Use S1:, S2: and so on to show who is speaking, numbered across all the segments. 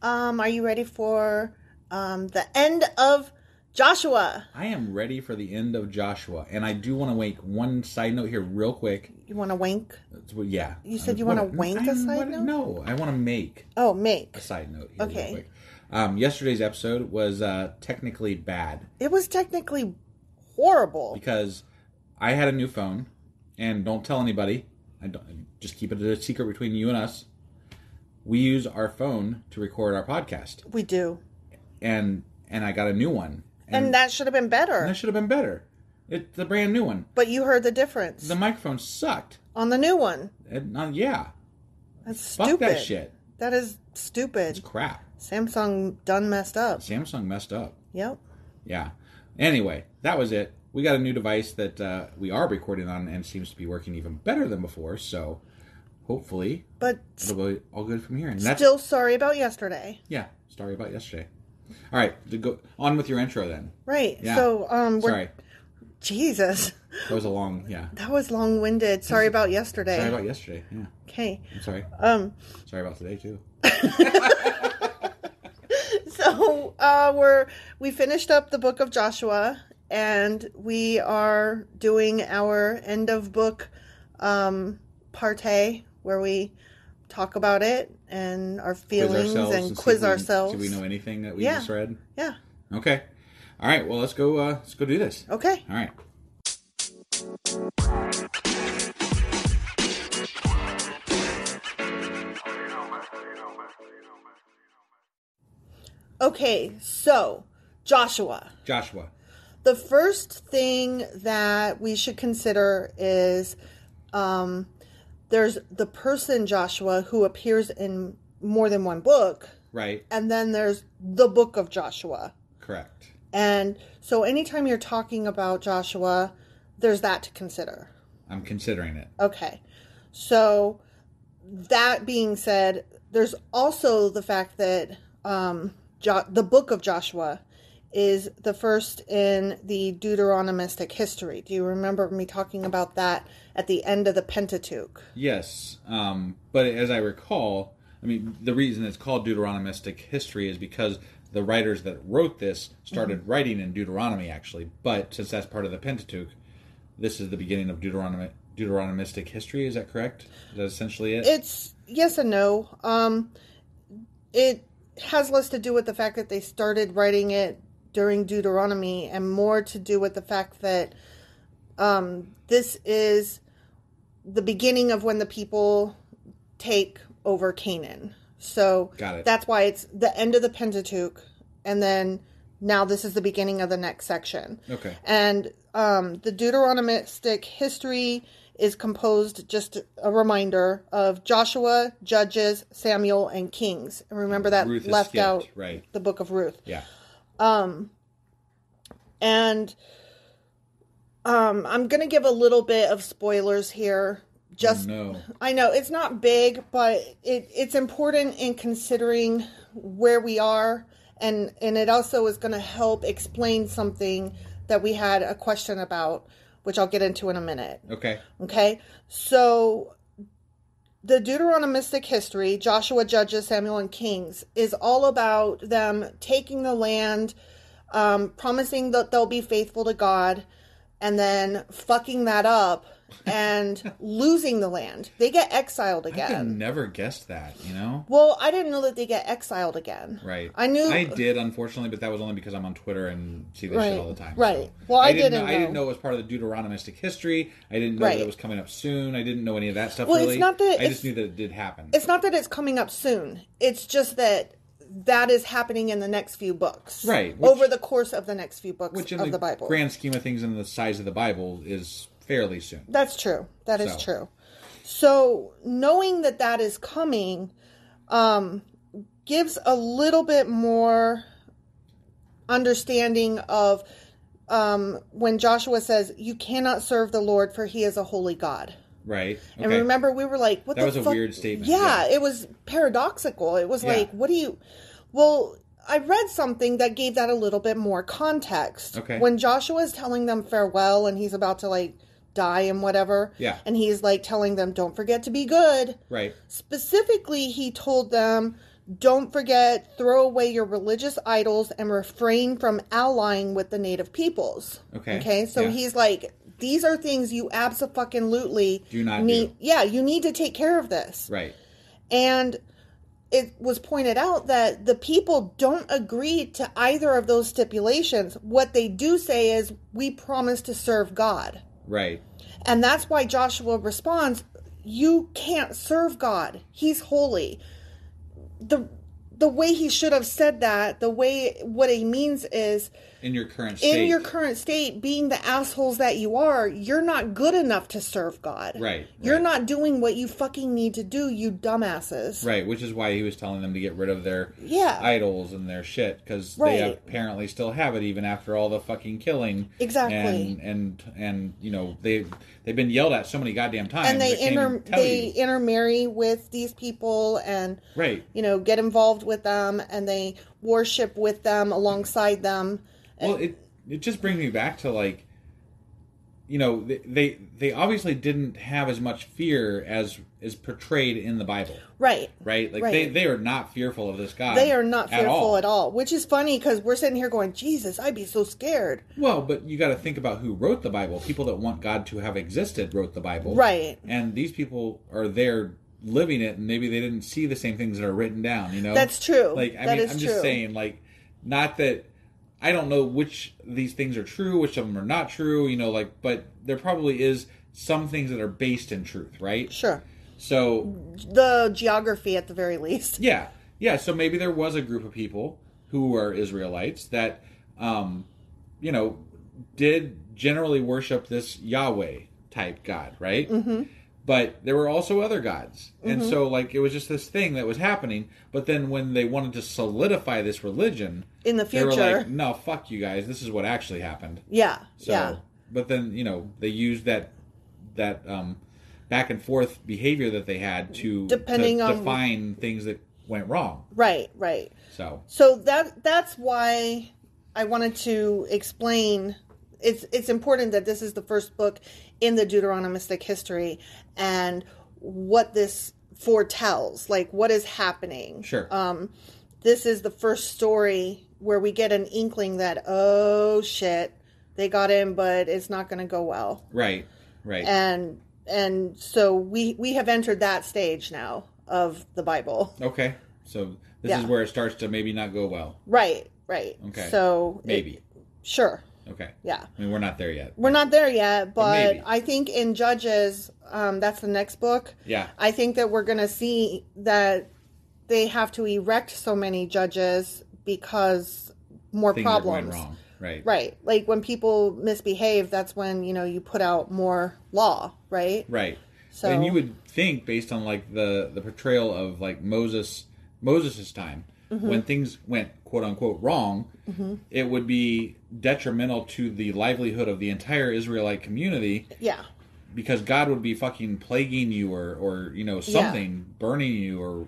S1: um, are you ready for um, the end of Joshua?
S2: I am ready for the end of Joshua, and I do want to make one side note here, real quick.
S1: You want to wink?
S2: It's- well, Yeah.
S1: You said you wanna wank a
S2: I
S1: side
S2: wanna-
S1: note?
S2: No, I want to make
S1: Oh, make.
S2: a side note here.
S1: Okay.
S2: Real quick. Um, yesterday's episode was uh, technically bad
S1: It was technically horrible.
S2: because I had a new phone, and don't tell anybody. I don't just keep it a secret between you and us. We use our phone to record our podcast,
S1: We do.
S2: and and I got a new one,
S1: And, that should have been better.
S2: and that should have been better. It's a brand new one.
S1: but you heard the difference
S2: The microphone sucked.
S1: on the new one.
S2: And, uh, yeah,
S1: That's
S2: Fuck
S1: stupid.
S2: that shit.
S1: That is
S2: it's
S1: stupid.
S2: crap.
S1: Samsung done messed up.
S2: Samsung messed up.
S1: Yep.
S2: Yeah. Anyway, that was it. we got a new device that uh, we are recording on and seems to be working even better than before. So hopefully
S1: But
S2: it'll go all good from here. And that's
S1: still sorry about yesterday.
S2: yeah. Sorry about yesterday. All right, to go on with your intro then.
S1: Right.
S2: Yeah.
S1: So um we're
S2: Sorry,
S1: Jesus.
S2: that was a long yeah.
S1: That was long winded. Sorry about yesterday.
S2: Sorry about yesterday. Yeah,
S1: okay.
S2: I'm sorry.
S1: Um
S2: Sorry about today too.
S1: so uh we're we finished up the book of Joshua and we are doing our end of book um partay where we talk about it and our feelings and
S2: see
S1: quiz
S2: if we-
S1: ourselves.
S2: Do we know anything that we
S1: Yeah.
S2: just read?
S1: yeah.
S2: Okay. All right. Well, let's go. Uh, let's go do this.
S1: Okay.
S2: All right.
S1: Okay. So, Joshua
S2: Joshua.
S1: the first thing that we should consider is um, there's the person Joshua who appears in more than one book,
S2: Right.
S1: and then there's the book of Joshua.
S2: Correct.
S1: And so, anytime you're talking about Joshua, there's that to consider.
S2: I'm considering it.
S1: Okay. So, that being said, there's also the fact that um, jo- the book of Joshua is the first in the Deuteronomistic history. Do you remember me talking about that at the end of the Pentateuch?
S2: Yes, um, but as I recall, I mean, the reason it's called Deuteronomistic history is because the writers that wrote this started
S1: Mm-hmm.
S2: writing in Deuteronomy, actually. But since that's part of the Pentateuch, this is the beginning of Deuteronomy, Deuteronomistic history. Is that correct? Is that essentially it?
S1: It's yes and no. Um, it has less to do with the fact that they started writing it during Deuteronomy and more to do with the fact that um, this is the beginning of when the people take over Canaan. So
S2: Got it.
S1: that's why it's the end of the Pentateuch, and then now this is the beginning of the next section.
S2: okay.
S1: And um, the Deuteronomistic history is composed, just a reminder, of Joshua, Judges, Samuel, and Kings. And remember that
S2: Ruth is
S1: left
S2: skipped,
S1: out
S2: right.
S1: the book of Ruth.
S2: Yeah.
S1: Um, And um, I'm going to give a little bit of spoilers here. Just
S2: Oh, No.
S1: I know it's not big, but it, it's important in considering where we are, and and it also is going to help explain something that we had a question about, which I'll get into in a minute.
S2: Okay.
S1: Okay, so the Deuteronomistic history, Joshua, Judges, Samuel, and Kings, is all about them taking the land, um, promising that they'll be faithful to God, and then fucking that up and losing the land. They get exiled
S2: I could have
S1: again.
S2: never guessed that. You know.
S1: well, I didn't know that they get exiled again.
S2: Right.
S1: I knew.
S2: I did, unfortunately, but that was only because I'm on Twitter and see this
S1: Right.
S2: shit all the time.
S1: Right.
S2: so.
S1: Well, I
S2: didn't.
S1: didn't
S2: know, I didn't
S1: know.
S2: know it was part of the Deuteronomistic history. I didn't know
S1: Right.
S2: that it was coming up soon. I didn't know any of that stuff.
S1: Well, it's
S2: really.
S1: not that
S2: I
S1: it's-
S2: just knew that it did happen.
S1: It's not that it's coming up soon. It's just that that is happening in the next few books.
S2: Right, which-
S1: over the course of the next few books
S2: Which, in
S1: of the, Bible.
S2: grand scheme of things, and the size of the Bible, is fairly soon.
S1: That's true. That is
S2: So.
S1: true. So knowing that that is coming um, gives a little bit more understanding of um, when Joshua says, "You cannot serve the Lord, for He is a holy God."
S2: Right. Okay.
S1: And remember, we were like, "What
S2: That
S1: the
S2: was a
S1: fuck?
S2: weird statement,
S1: Yeah,
S2: yeah.
S1: it was paradoxical. It was
S2: Yeah.
S1: like, "What do you?" Well, I read something that gave that a little bit more context.
S2: Okay.
S1: When Joshua is telling them farewell and he's about to like die and whatever.
S2: Yeah.
S1: And he's like telling them, "Don't forget to be good."
S2: Right.
S1: Specifically, he told them, "Don't forget, throw away your religious idols and refrain from allying with the native peoples."
S2: Okay.
S1: Okay. So
S2: Yeah.
S1: he's like, "These are things you absolutely
S2: Do not
S1: need.
S2: do.
S1: Yeah, you need to take care of this."
S2: Right.
S1: And it was pointed out that the people don't agree to either of those stipulations. What they do say is, we promise to serve God.
S2: Right.
S1: And that's why Joshua responds, You can't serve God. He's holy. The the way he should have said that, the way what he means is
S2: in your current state.
S1: in your current state being the assholes that you are you're not good enough to serve god
S2: Right,
S1: you're
S2: right.
S1: not doing what you fucking need to do you dumbasses
S2: Right, which is why he was telling them to get rid of their
S1: Yeah.
S2: idols and their shit because they
S1: Right.
S2: apparently still have it even after all the fucking killing.
S1: Exactly.
S2: And and and you know they they've been yelled at so many goddamn times.
S1: and they
S2: can't
S1: inter
S2: even tell
S1: they
S2: you.
S1: intermarry with these people and
S2: right.
S1: you know get involved with them and they worship with them alongside them
S2: Well, it it just brings me back to like, you know, they they, they obviously didn't have as much fear as is portrayed in the Bible,
S1: right
S2: right? Like they
S1: Right.
S2: they are not fearful of this God.
S1: they are not fearful at all which is funny because we're sitting here going jesus i'd be so scared
S2: Well, but you got to think about who wrote the Bible. People that want God to have existed wrote the Bible.
S1: Right.
S2: And these people are there living it, and maybe they didn't see the same things that are written down, you know?
S1: That's true.
S2: Like, I
S1: That
S2: mean,
S1: is
S2: I'm just
S1: true.
S2: saying, like, not that I don't know which of these things are true, which of them are not true, you know, like, but there probably is some things that are based in truth, right?
S1: sure
S2: So
S1: the geography at the very least
S2: yeah, yeah. So maybe there was a group of people who were Israelites that, um, you know, did generally worship this Yahweh type God, right? Mm-hmm. But there were also other gods, and
S1: Mm-hmm.
S2: so like it was just this thing that was happening. But then when they wanted to solidify this religion
S1: In the
S2: they were like,
S1: future.
S2: "No, fuck you guys. This is what actually happened."
S1: yeah
S2: So,
S1: yeah
S2: but then you know they used that that um, back and forth behavior that they had to
S1: Depending
S2: to
S1: on-
S2: define things that went wrong.
S1: right right
S2: So
S1: So that that's why I wanted to explain. It's it's important that this is the first book in the Deuteronomistic history and what this foretells, like what is happening.
S2: sure,
S1: Um, this is the first story where we get an inkling that oh shit, they got in, but it's not going to go well,
S2: right, right,
S1: and and so we we have entered that stage now of the Bible.
S2: okay. So this is
S1: Yeah.
S2: where it starts to maybe not go well.
S1: Right, right.
S2: Okay.
S1: So it-
S2: Maybe
S1: sure.
S2: okay.
S1: Yeah.
S2: I mean, we're not there yet.
S1: We're not there yet, but,
S2: maybe.
S1: I think in Judges, um, that's the next book.
S2: Yeah.
S1: I think that we're going to see that they have to erect so many judges because more
S2: Things are going
S1: problems.
S2: wrong. Right.
S1: Right. Like when people misbehave, that's when, you know, you put out more law, right?
S2: Right.
S1: So-
S2: and you would think based on like the the portrayal of like Moses Moses's time
S1: Mm-hmm.
S2: when things went quote unquote wrong, it would be detrimental to the livelihood of the entire Israelite community
S1: Yeah.
S2: because God would be fucking plaguing you or or you know something burning you or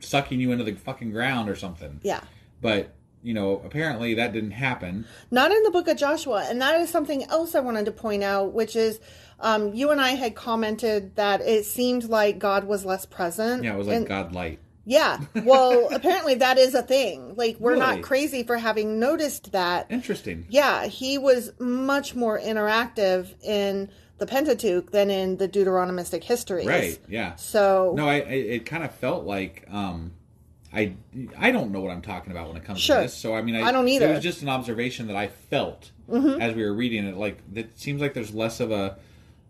S2: sucking you into the fucking ground or something.
S1: Yeah.
S2: But you know apparently that didn't happen.
S1: not in the book of Joshua. And that is something else I wanted to point out, which is um, you and I had commented that it seemed like God was less present.
S2: Yeah, it was like
S1: And-
S2: God light.
S1: Yeah. Well, apparently that is a thing. Like, we're
S2: Really?
S1: not crazy for having noticed that.
S2: Interesting.
S1: Yeah, he was much more interactive in the Pentateuch than in the Deuteronomistic histories.
S2: Right. Yeah.
S1: So,
S2: No, I, I it kind of felt like um, I I don't know what I'm talking about when it comes
S1: Sure.
S2: to this. So I mean, I,
S1: I don't either. Mm-hmm.
S2: It was just an observation that I felt as we were reading it. Like it seems like there's less of a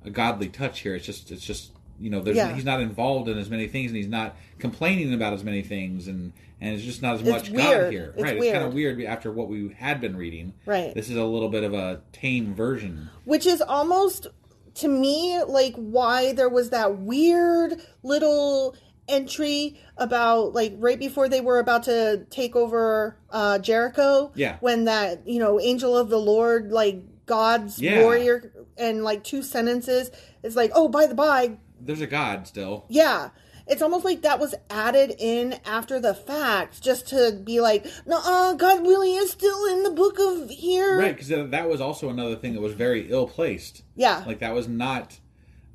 S2: a godly touch here. It's just it's just you know there's
S1: Yeah.
S2: he's not involved in as many things and he's not complaining about as many things and and it's just not as
S1: It's
S2: much God
S1: weird.
S2: here.
S1: It's
S2: right. It's
S1: weird.
S2: kind of weird after what we had been reading.
S1: Right.
S2: This is a little bit of a tame version.
S1: which is almost to me like why there was that weird little entry about like right before they were about to take over uh Jericho
S2: Yeah.
S1: when that you know angel of the lord like God's
S2: Yeah.
S1: warrior and like two sentences it's like oh by the by
S2: There's a God still.
S1: yeah it's almost like that was added in after the fact just to be like no uh God really is still in the book of here
S2: Right, because that was also another thing that was very ill placed.
S1: yeah
S2: Like that was not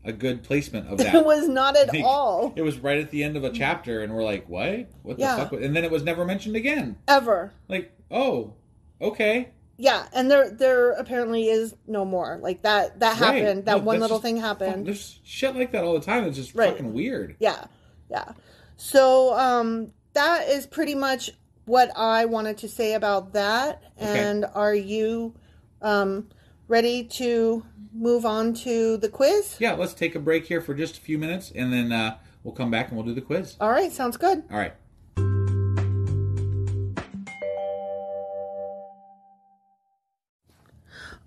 S2: a good placement of that.
S1: it was not at
S2: Like,
S1: all
S2: It was right at the end of a chapter, and we're like, "What? What
S1: Yeah.
S2: the fuck?" And then it was never mentioned again.
S1: ever
S2: Like, oh, okay,
S1: yeah and there there apparently is no more like that that
S2: Right.
S1: happened
S2: No,
S1: that one
S2: that's
S1: little
S2: just-
S1: thing happened
S2: There's shit like that all the time. It's just
S1: Right.
S2: fucking weird.
S1: yeah yeah so um that is pretty much what i wanted to say about that
S2: Okay.
S1: and are you um ready to move on to the quiz
S2: Yeah, let's take a break here for just a few minutes, and then uh, we'll come back and we'll do the quiz.
S1: all right sounds good
S2: All right.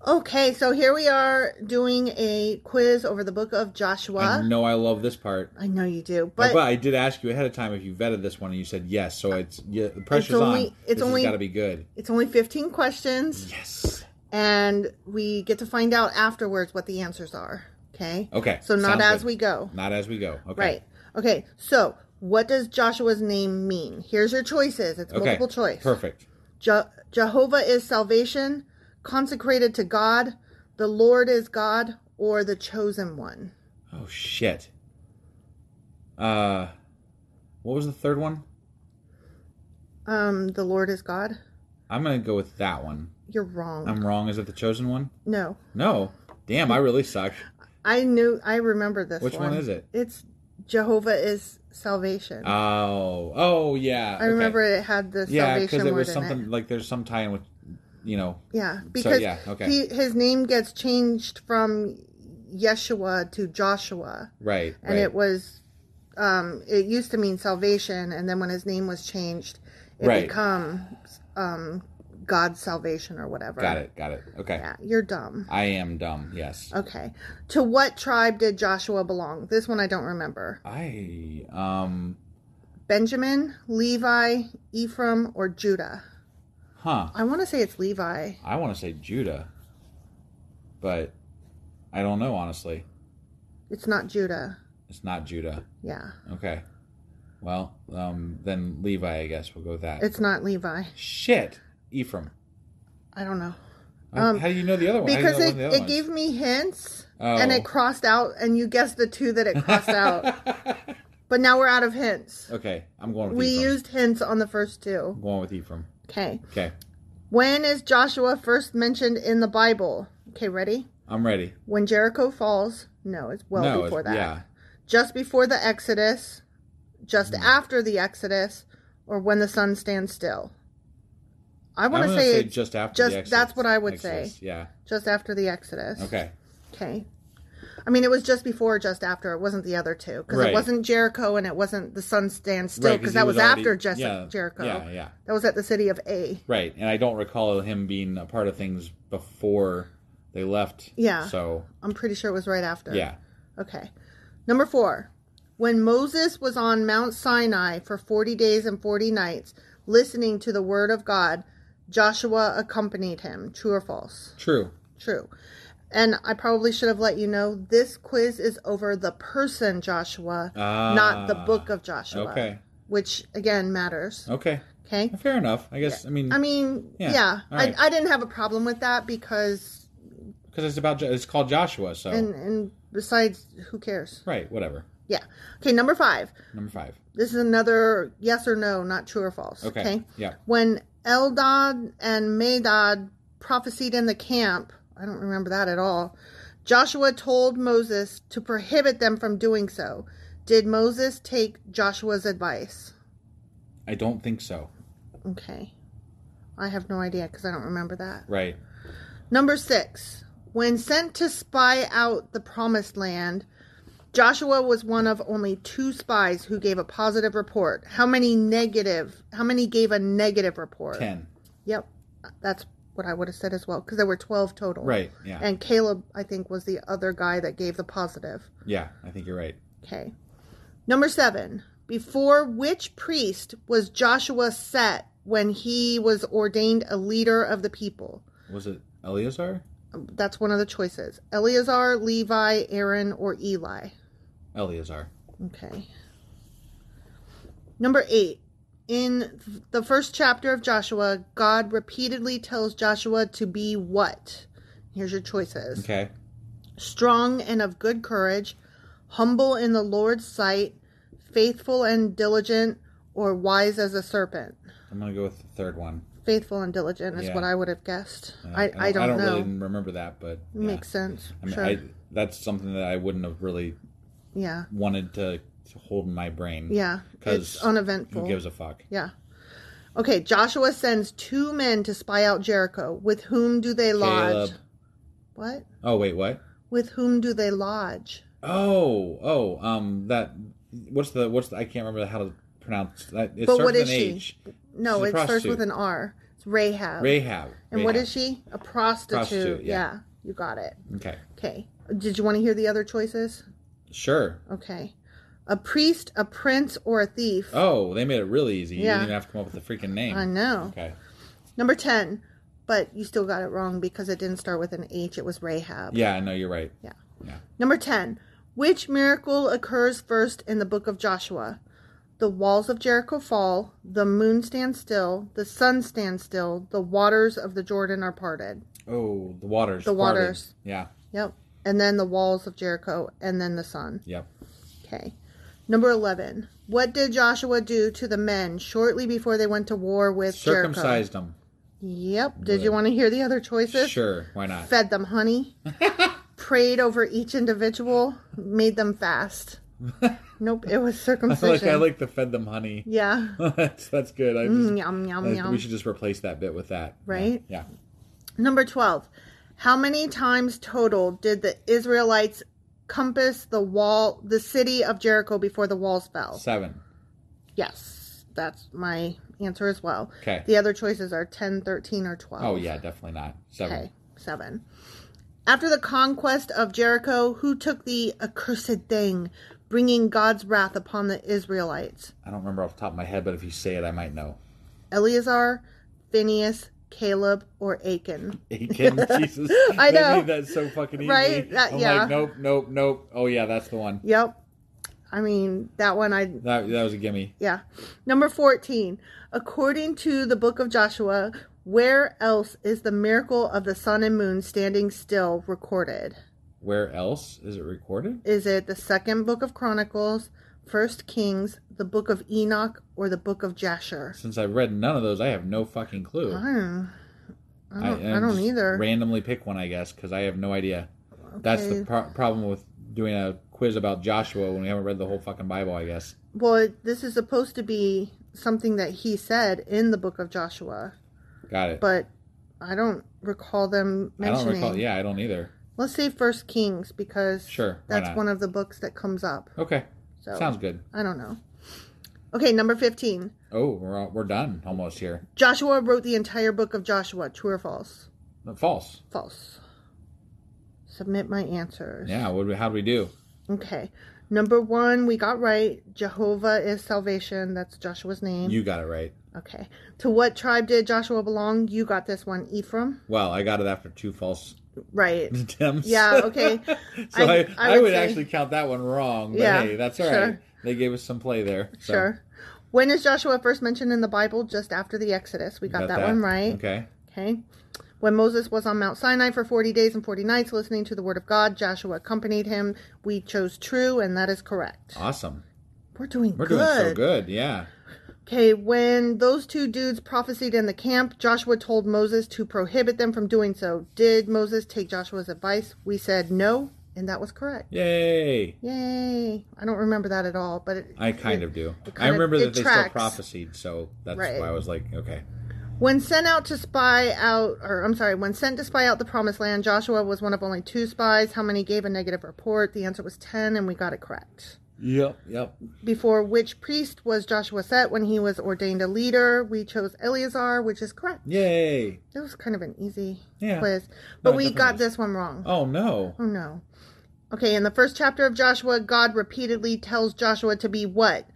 S1: Okay, so here we are doing a quiz over the book of Joshua.
S2: I know I love this part.
S1: I know you do,
S2: But,
S1: but
S2: I did ask you ahead of time if you vetted this one, and you said yes. So it's yeah, the pressure's
S1: only-
S2: on.
S1: it's
S2: This
S1: only-
S2: has got to be good.
S1: it's only 15 questions
S2: Yes.
S1: and we get to find out afterwards what the answers are. Okay?
S2: Okay,
S1: So not
S2: sounds
S1: as
S2: good.
S1: we go.
S2: Not as we go. Okay.
S1: Right. Okay. So, what does Joshua's name mean? Here's your choices. It's
S2: Okay.
S1: multiple choice.
S2: Perfect.
S1: Je- Jehovah is salvation, consecrated to God, the Lord is God, or the chosen one.
S2: Oh shit. Uh, what was the third one?
S1: Um, the Lord is God.
S2: I'm gonna go with that one.
S1: You're wrong.
S2: I'm wrong. Is it the chosen one?
S1: no,
S2: No. Damn, I really suck.
S1: I knew. I remember this.
S2: Which one is it?
S1: It's Jehovah is salvation.
S2: Oh, oh yeah.
S1: I remember it had the
S2: Yeah,
S1: salvation
S2: because
S1: word
S2: it was
S1: in
S2: something
S1: it.
S2: like there's some tie-in with, you know.
S1: Yeah, because
S2: yeah, okay.
S1: he, his name gets changed from Yeshua to Joshua.
S2: Right.
S1: and
S2: right.
S1: it was um it used to mean salvation and then when his name was changed it
S2: Right.
S1: becomes um god's salvation or whatever
S2: Got it. Got it. Okay.
S1: yeah you're dumb
S2: I am dumb. Yes.
S1: okay to what tribe did joshua belong this one i don't remember
S2: I um
S1: benjamin levi ephraim or judah
S2: huh.
S1: i want to say it's levi
S2: I want to say Judah, but I don't know honestly.
S1: it's not judah
S2: It's not Judah.
S1: yeah
S2: Okay. Well, um, then Levi, I guess we'll go with that.
S1: it's not levi
S2: Shit, Ephraim.
S1: i don't know
S2: Um, How do you know the other one? How do you
S1: because
S2: know
S1: it,
S2: the other
S1: it
S2: ones?
S1: gave me hints
S2: Oh.
S1: and it crossed out and you guessed the two that it crossed out but now we're out of hints
S2: Okay, I'm going with
S1: we
S2: Ephraim.
S1: used hints on the first
S2: I'm
S1: two
S2: going with Ephraim.
S1: okay
S2: Okay,
S1: when is joshua first mentioned in the bible okay ready
S2: I'm ready.
S1: when jericho falls no it's well
S2: no,
S1: before
S2: it's-
S1: that
S2: Yeah,
S1: just before the exodus just
S2: Hmm.
S1: after the exodus or when the sun stands still i want
S2: I'm
S1: to
S2: gonna
S1: say, it's
S2: just after.
S1: just-
S2: the Exodus-
S1: that's what i would
S2: Exodus,
S1: say
S2: Yeah.
S1: just after the exodus
S2: Okay.
S1: Okay. I mean, it was just before, or just after. It wasn't the other two because
S2: Right.
S1: it wasn't Jericho and it wasn't the sun stands still
S2: Right, 'cause
S1: because
S2: he
S1: that was,
S2: was already-
S1: after Jes-
S2: yeah,
S1: Jericho.
S2: yeah, yeah.
S1: That was at the city of A.
S2: Right, and I don't recall him being a part of things before they left.
S1: Yeah.
S2: So
S1: I'm pretty sure it was right after.
S2: yeah,
S1: Okay. Number four. When Moses was on Mount Sinai for 40 days and 40 nights, listening to the word of God, Joshua accompanied him. True or false?
S2: true.
S1: True. And I probably should have let you know this quiz is over the person Joshua, not the book of Joshua.
S2: Ah, okay.
S1: Which again matters.
S2: Okay,
S1: Okay.
S2: fair enough. I guess. I mean,
S1: I mean, yeah.
S2: Yeah, all right.
S1: I, I didn't have a problem with that because,
S2: because it's about Jo- it's called Joshua. So
S1: and, and besides, who cares?
S2: right, whatever.
S1: Yeah. Okay. Number five.
S2: Number five.
S1: This is another yes or no, not true or false.
S2: Okay, yeah.
S1: When Eldad and Medad prophesied in the camp, I don't remember that at all. Joshua told Moses to prohibit them from doing so. Did Moses take Joshua's advice?
S2: I don't think so.
S1: Okay. I have no idea because I don't remember that.
S2: Right.
S1: Number six, when sent to spy out the promised land, Joshua was one of only two spies who gave a positive report. How many negative? How many gave a negative report?
S2: Ten.
S1: Yep, that's what I would have said as well because there were twelve total.
S2: Right. Yeah.
S1: And Caleb, I think, was the other guy that gave the positive.
S2: yeah. I think you're right.
S1: Okay. Number seven. Before which priest was Joshua set when he was ordained a leader of the people?
S2: Was it Eleazar?
S1: That's one of the choices. Eleazar, Levi, Aaron, or Eli.
S2: Eleazar.
S1: Okay. Number eight. In the first chapter of Joshua, God repeatedly tells Joshua to be what? Here's your choices
S2: Okay.
S1: strong and of good courage, humble in the Lord's sight, faithful and diligent, or wise as a serpent.
S2: I'm gonna go with the third one.
S1: Faithful and diligent is
S2: Yeah.
S1: what I would have guessed.
S2: Uh,
S1: I, I, don't, know.
S2: really remember that, but yeah.
S1: Makes sense.
S2: I mean,
S1: sure.
S2: I, that's something that I wouldn't have really
S1: yeah.
S2: wanted to, to hold in my brain.
S1: Yeah. It's
S2: Because
S1: uneventful.
S2: who gives a fuck?
S1: Yeah. Okay, Joshua sends two men to spy out Jericho. With whom do they lodge?
S2: Caleb.
S1: What?
S2: Oh wait, what?
S1: With whom do they lodge?
S2: Oh, oh, um, that. What's the? What's the? I can't remember how to pronounce that. It
S1: But
S2: starts
S1: what
S2: with
S1: is
S2: an
S1: she?
S2: H.
S1: No,
S2: She's a
S1: it starts
S2: prostitute.
S1: with an R. It's Rahab.
S2: Rahab.
S1: And what
S2: Rahab.
S1: is she? A prostitute.
S2: Prostitute,
S1: yeah.
S2: yeah.
S1: you got it.
S2: Okay.
S1: Okay. Did you want to hear the other choices?
S2: Sure.
S1: Okay. A priest, a prince, or a thief.
S2: Oh, they made it really easy. You
S1: Yeah.
S2: didn't even have to come up with a freaking name.
S1: I know.
S2: Okay.
S1: Number 10. But you still got it wrong because it didn't start with an H. It was Rahab.
S2: Yeah, I know you're right.
S1: Yeah.
S2: Yeah.
S1: Number 10. Which miracle occurs first in the book of Joshua? The walls of Jericho fall, the moon stands still, the sun stands still, the waters of the Jordan are parted.
S2: Oh, the waters.
S1: The
S2: parted.
S1: waters.
S2: Yeah.
S1: Yep. And then the walls of Jericho, and then the sun.
S2: Yep.
S1: Okay. Number 11. What did Joshua do to the men shortly before they went to war with
S2: Circumcised them.
S1: Jericho? Yep. Did you want to hear the other choices?
S2: Sure. Why not?
S1: Fed them honey, prayed over each individual, made them fast. nope, it was
S2: I like
S1: circumcision.
S2: I like the fed them honey.
S1: yeah. Mm,
S2: that's that's good. I just,
S1: Yum, yum,
S2: I-
S1: yum.
S2: We should just replace that bit with that.
S1: Right?
S2: Yeah.
S1: Number 12. How many times total did the Israelites compass the wall, the city of Jericho before the walls
S2: Yeah.
S1: fell?
S2: Seven.
S1: Yes, that's my answer as well.
S2: Okay.
S1: The other choices are 10, 13, or 12.
S2: Oh yeah, definitely not. Seven.
S1: Okay, seven. After the conquest of Jericho, who took the accursed thing, bringing God's wrath upon the Israelites?
S2: I don't remember off the top of my head, but if you say it, I might know.
S1: Eleazar, Phineas, Caleb, or Achan?
S2: Aiken, Jesus.
S1: I
S2: They
S1: know.
S2: made that so fucking easy.
S1: Right? That-
S2: I'm
S1: yeah.
S2: like, nope, nope, nope. Oh yeah, that's the one.
S1: Yep. I mean, that one I
S2: That that was a gimme.
S1: Yeah. Number 14. According to the book of Joshua, where else is the miracle of the sun and moon standing still recorded?
S2: Where else is it recorded?
S1: Is it the second book of Chronicles, first Kings, the book of Enoch, or the book of Jasher?
S2: Since I've read none of those, I have no fucking clue.
S1: I don't, I don't, I
S2: I'm
S1: don't
S2: just
S1: either.
S2: Randomly pick one, I guess, because I have no idea. That's the
S1: Okay.
S2: pro- problem with doing a quiz about Joshua when we haven't read the whole fucking Bible, I guess.
S1: well, this is supposed to be something that he said in the book of Joshua,
S2: Got it.
S1: but I don't recall them
S2: I don't
S1: mentioning.
S2: recall. Yeah, I don't either.
S1: Let's say first Kings because
S2: Sure, why
S1: that's
S2: not?
S1: one of the books that comes up.
S2: Okay.
S1: So
S2: Sounds good.
S1: I don't know. Okay, number 15.
S2: Oh, we're, all- we're done almost here.
S1: Joshua wrote the entire book of Joshua. True or false?
S2: No, False.
S1: False. Submit my answers.
S2: Yeah. What do we, how do we do?
S1: Okay. Number one, we got right. Jehovah is salvation. That's Joshua's name.
S2: You got it right.
S1: okay. To what tribe did Joshua belong? You got this one. Ephraim?
S2: Well, I got it after two false
S1: Right.
S2: attempts.
S1: Yeah, okay.
S2: so I, I, would,
S1: say-
S2: actually count that one wrong. But
S1: Yeah,
S2: hey, that's all right.
S1: sure.
S2: They gave us some play there. so
S1: Sure. When is Joshua first mentioned in the Bible? Just after the Exodus. We got, that, one right.
S2: Okay.
S1: Okay. When Moses was on Mount Sinai for 40 days and 40 nights listening to the word of God, Joshua accompanied him. We chose true, and that is correct.
S2: Awesome.
S1: We're doing
S2: We're
S1: good.
S2: doing so good. Yeah.
S1: Okay, when those two dudes prophesied in the camp, Joshua told Moses to prohibit them from doing so. Did Moses take Joshua's advice? We said no, and that was correct.
S2: Yay.
S1: Yay. I don't remember that at all, but it,
S2: I kind of do.
S1: it
S2: I
S1: kind of-
S2: remember
S1: it
S2: that they
S1: tracks.
S2: still prophesied, so that's
S1: Right.
S2: why I was like, okay.
S1: When sent out to spy out, or I'm sorry, when sent to spy out the promised land, Joshua was one of only two spies. How many gave a negative report? The answer was 10, and we got it correct.
S2: Yep. Yep.
S1: Before which priest was Joshua set when he was ordained a leader? We chose Eleazar, which is correct.
S2: Yay.
S1: It was kind of an easy
S2: Yeah.
S1: quiz, but
S2: No, it
S1: we
S2: definitely
S1: got
S2: was.
S1: this one wrong.
S2: Oh no.
S1: Oh no. Okay, in the first chapter of Joshua, God repeatedly tells Joshua to be what?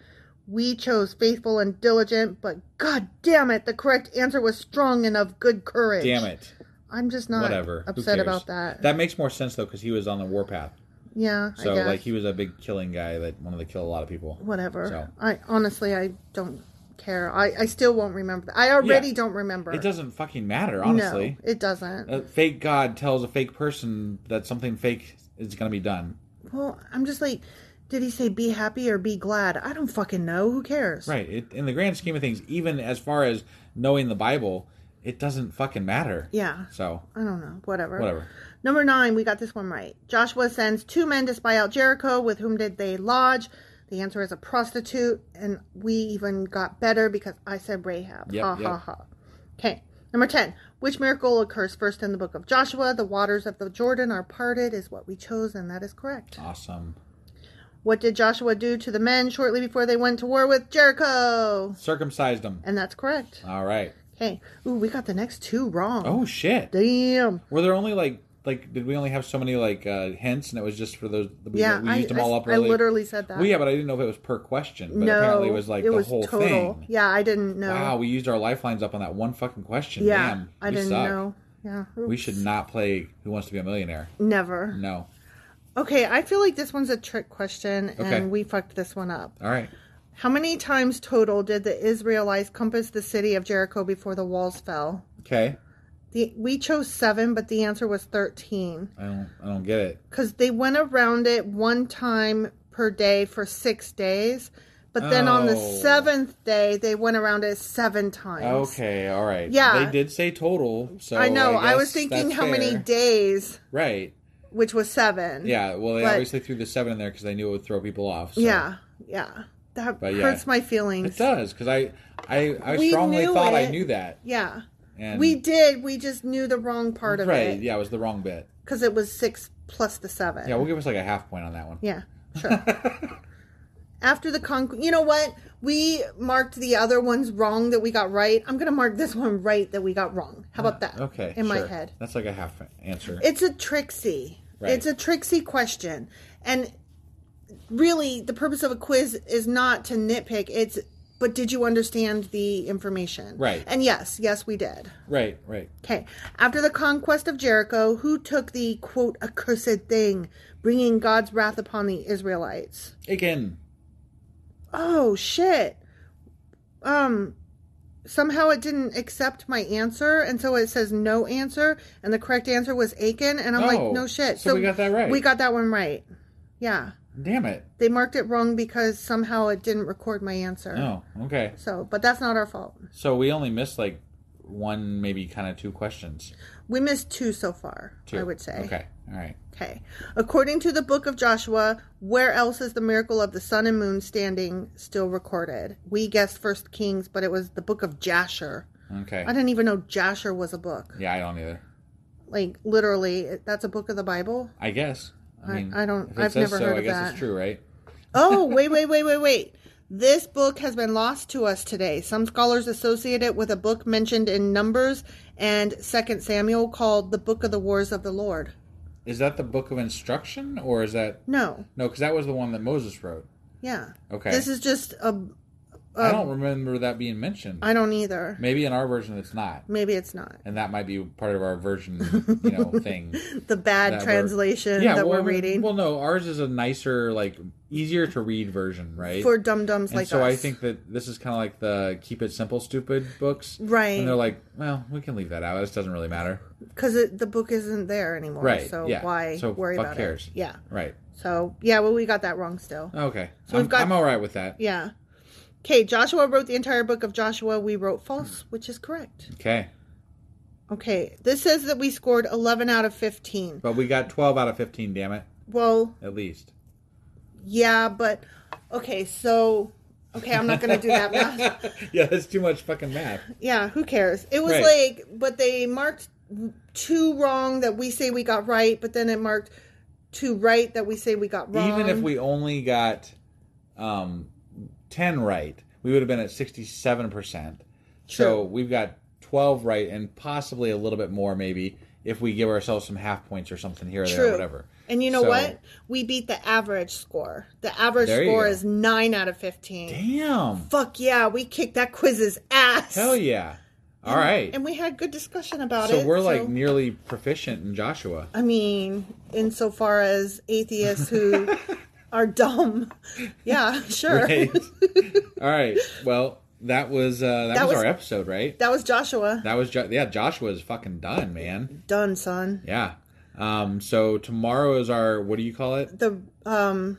S1: We chose faithful and diligent, but god damn it, the correct answer was strong and of good courage.
S2: Damn it.
S1: I'm just not
S2: Whatever. Who
S1: upset
S2: cares?
S1: about that.
S2: That makes more sense though, because he was on the warpath.
S1: yeah,
S2: So
S1: I guess.
S2: like he was a big killing guy that wanted to kill a lot of people.
S1: whatever.
S2: So.
S1: I honestly I don't care. I, I still won't remember that. I already
S2: Yeah.
S1: don't remember.
S2: It doesn't fucking matter, honestly.
S1: No, it doesn't.
S2: A fake god tells a fake person that something fake is going to be done.
S1: well, I'm just like, did he say be happy or be glad? I don't fucking know. Who cares?
S2: Right. It, in the grand scheme of things, even as far as knowing the Bible, it doesn't fucking matter.
S1: Yeah.
S2: So,
S1: I don't know. Whatever.
S2: whatever.
S1: Number nine, we got this one right. Joshua sends two men to spy out Jericho. With whom did they lodge? The answer is a prostitute, and we even got better because I said Rahab.
S2: Yep,
S1: ha ha
S2: yep.
S1: ha. Okay. Number ten. Which miracle occurs first in the book of Joshua? The waters of the Jordan are parted, is what we chose, and that is correct.
S2: Awesome.
S1: What did Joshua do to the men shortly before they went to war with Jericho?
S2: Circumcised them.
S1: And that's correct.
S2: All right.
S1: Okay. Ooh, we got the next two wrong.
S2: Oh shit!
S1: damn.
S2: Were there only like like did we only have so many like uh, hints and it was just for those? We,
S1: Yeah,
S2: we
S1: I-
S2: used them all
S1: I-
S2: up. Early.
S1: I literally said that.
S2: Well, yeah, but I didn't know if it was per question. But
S1: no,
S2: apparently it was like the whole thing.
S1: Yeah, I didn't know.
S2: Wow, we used our lifelines up on that one fucking question.
S1: yeah,
S2: Damn,
S1: I
S2: we
S1: didn't
S2: suck.
S1: know. Yeah,
S2: We should not play Who Wants to Be a Millionaire.
S1: never.
S2: No.
S1: Okay, I feel like this one's a trick question, and
S2: Okay.
S1: we fucked this one up.
S2: All right.
S1: How many times total did the Israelites compass the city of Jericho before the walls fell?
S2: Okay.
S1: The, we chose seven, but the answer was 13.
S2: I don't. I don't get it.
S1: Because they went around it one time per day for six days. But then on the
S2: Oh.
S1: seventh day, they went around it seven times.
S2: Okay. All right.
S1: Yeah.
S2: They did say total. So
S1: I know. I, was
S2: guess
S1: thinking
S2: that's
S1: how many
S2: fair.
S1: days,
S2: Right.
S1: which was seven.
S2: Yeah. Well, they
S1: But-
S2: obviously threw the seven in there because they knew it would throw people off. so.
S1: Yeah. Yeah. That
S2: But yeah.
S1: hurts my feelings.
S2: It does because I, I, I
S1: We
S2: strongly
S1: knew
S2: thought I
S1: it.
S2: knew that.
S1: Yeah.
S2: And
S1: we did. We just knew the wrong part of
S2: Right.
S1: it.
S2: Yeah. It was the wrong bit.
S1: Because it was six plus the seven.
S2: Yeah. We'll give us like a half point on that one.
S1: Yeah, sure. After the con, you know what? We marked the other ones wrong that we got right. I'm gonna mark this one right that we got wrong. How about that?
S2: Uh, Okay.
S1: In my
S2: sure.
S1: head,
S2: That's like a half answer.
S1: it's a tricksy.
S2: Right.
S1: It's a tricksy question, and really, the purpose of a quiz is not to nitpick. It's but did you understand the information?
S2: Right.
S1: And yes, yes, we did.
S2: right. Right.
S1: Okay. After the conquest of Jericho, who took the quote accursed thing, bringing God's wrath upon the Israelites?
S2: Again.
S1: oh shit um somehow it didn't accept my answer and so it says no answer and the correct answer was aiken and i'm
S2: Oh,
S1: like no shit
S2: so we got that right.
S1: we got that one right yeah
S2: Damn it.
S1: they marked it wrong because somehow it didn't record my answer
S2: Oh. Okay.
S1: so but that's not our fault
S2: So we only missed like one, maybe kind of two questions.
S1: we missed two so far
S2: Two.
S1: i would say
S2: Okay. All right.
S1: okay according to the book of joshua where else is the miracle of the sun and moon standing still recorded we guessed first kings but it was the book of jasher
S2: Okay.
S1: I didn't even know Jasher was a book.
S2: yeah, I don't either.
S1: Like literally, it- that's a book of the Bible.
S2: I guess. I
S1: I-
S2: mean,
S1: I don't-
S2: If it
S1: I've
S2: says
S1: never
S2: so,
S1: heard
S2: I
S1: of
S2: guess
S1: that.
S2: it's true, right?
S1: Oh, wait, wait, wait, wait, wait. This book has been lost to us today. Some scholars associate it with a book mentioned in Numbers and Second Samuel called the Book of the Wars of the Lord.
S2: Is that the book of instruction, or is that
S1: No,
S2: no? Because that was the one that Moses wrote.
S1: yeah.
S2: Okay.
S1: This is just a.
S2: I don't remember that being mentioned.
S1: Oh. I don't either.
S2: Maybe in our version it's not,
S1: Maybe it's not
S2: and that might be part of our version, you know, thing.
S1: the bad
S2: that we're-
S1: translation that
S2: well,
S1: we're reading
S2: Well, no, ours is a nicer, like easier to read version, right?
S1: for dum dums
S2: and
S1: like
S2: so
S1: us.
S2: I think that this is kind of like the keep it simple, stupid books,
S1: Right.
S2: And they're like, well, we can leave that out. This doesn't really matter,
S1: because the book isn't there anymore,
S2: Right,
S1: so
S2: yeah.
S1: why
S2: So
S1: worry
S2: fuck
S1: about
S2: cares.
S1: it? Yeah.
S2: right?
S1: So yeah, well, we got that wrong still.
S2: Okay,
S1: So
S2: I'm,
S1: we've got-
S2: I'm all right with that.
S1: Yeah. Okay, Joshua wrote the entire book of Joshua. We wrote false, which is correct.
S2: Okay,
S1: Okay, this says that we scored 11 out of 15.
S2: but we got 12 out of 15. Damn it,
S1: Well,
S2: at least.
S1: yeah, but okay, so okay, I'm not going to do that math.
S2: Yeah, that's too much fucking math.
S1: Yeah, who cares? It was
S2: Right.
S1: like, but they marked two wrong that we say we got right, but then it marked two right that we say we got wrong.
S2: Even if we only got um, 10 right, we would have been at 67%. So
S1: True.
S2: we've got 12 right and possibly a little bit more, maybe, if we give ourselves some half points or something here or there or
S1: True.
S2: whatever.
S1: And you know
S2: So-
S1: what? We beat the average score. The average
S2: There you
S1: score
S2: go.
S1: is 9 out of 15.
S2: Damn.
S1: fuck yeah, we kicked that quiz's ass.
S2: Hell yeah. All right.
S1: And we had good discussion about it.
S2: So we're like nearly proficient in Joshua.
S1: I mean, insofar as atheists who are dumb. Yeah, sure.
S2: Right. All right. Well, that was uh, that,
S1: That
S2: was,
S1: was-
S2: our episode, right?
S1: That was Joshua.
S2: That was jo- yeah. Joshua is fucking done, man.
S1: Done, son.
S2: Yeah. Um. So tomorrow is our what do you call it?
S1: The um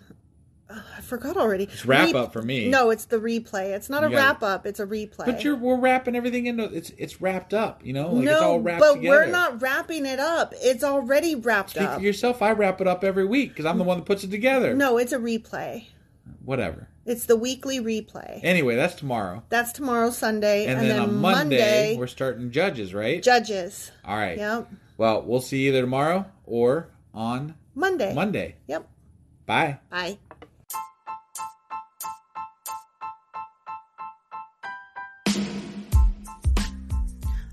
S1: I forgot already. It's
S2: wrap up for me.
S1: No, it's the replay. It's not a
S2: You got-
S1: wrap up, it's a replay.
S2: But you're we're wrapping everything into it's it's wrapped up, you know, like
S1: no,
S2: it's all wrapped
S1: but
S2: together.
S1: we're not wrapping it up. It's already wrapped
S2: Speak
S1: up.
S2: for yourself. I wrap it up every week because I'm the one that puts it together.
S1: No, it's a replay.
S2: whatever.
S1: It's the weekly replay.
S2: Anyway, that's tomorrow,
S1: That's tomorrow, Sunday,
S2: and, then, on Monday, we're starting judges, right?
S1: judges.
S2: all right.
S1: Yep.
S2: Well, we'll see you either tomorrow or on
S1: Monday.
S2: Monday.
S1: Yep.
S2: Bye.
S1: Bye.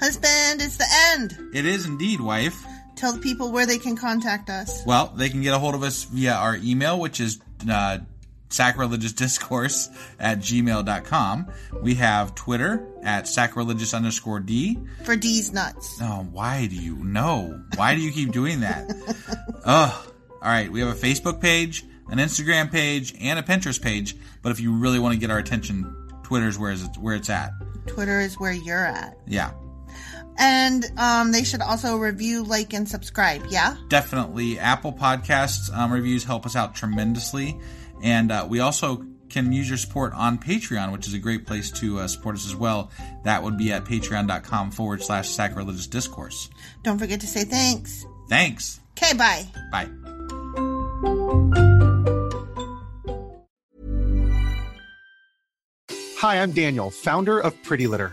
S1: Husband, it's the end.
S2: It is indeed, wife.
S1: Tell the people where they can contact us.
S2: Well, they can get a hold of us via our email, which is uh, sacrilegiousdiscourse at gmail.com. We have Twitter at sacrilegious underscore D.
S1: For D's nuts.
S2: Oh, why do you know? Why do you keep doing that? Ugh. All right, we have a Facebook page, an Instagram page, and a Pinterest page. But if you really want to get our attention, Twitter's where is it, where it's at.
S1: Twitter is where you're at.
S2: Yeah,
S1: And um, they should also review, like, and subscribe. Yeah?
S2: definitely. Apple Podcasts um, reviews help us out tremendously, and uh, we also can use your support on Patreon, which is a great place to uh, support us as well. That would be at patreon.com forward slash sacrilegious discourse.
S1: Don't forget to say thanks.
S2: Thanks.
S1: Okay, bye.
S2: Bye.
S3: Hi, I'm Daniel, founder of Pretty Litter.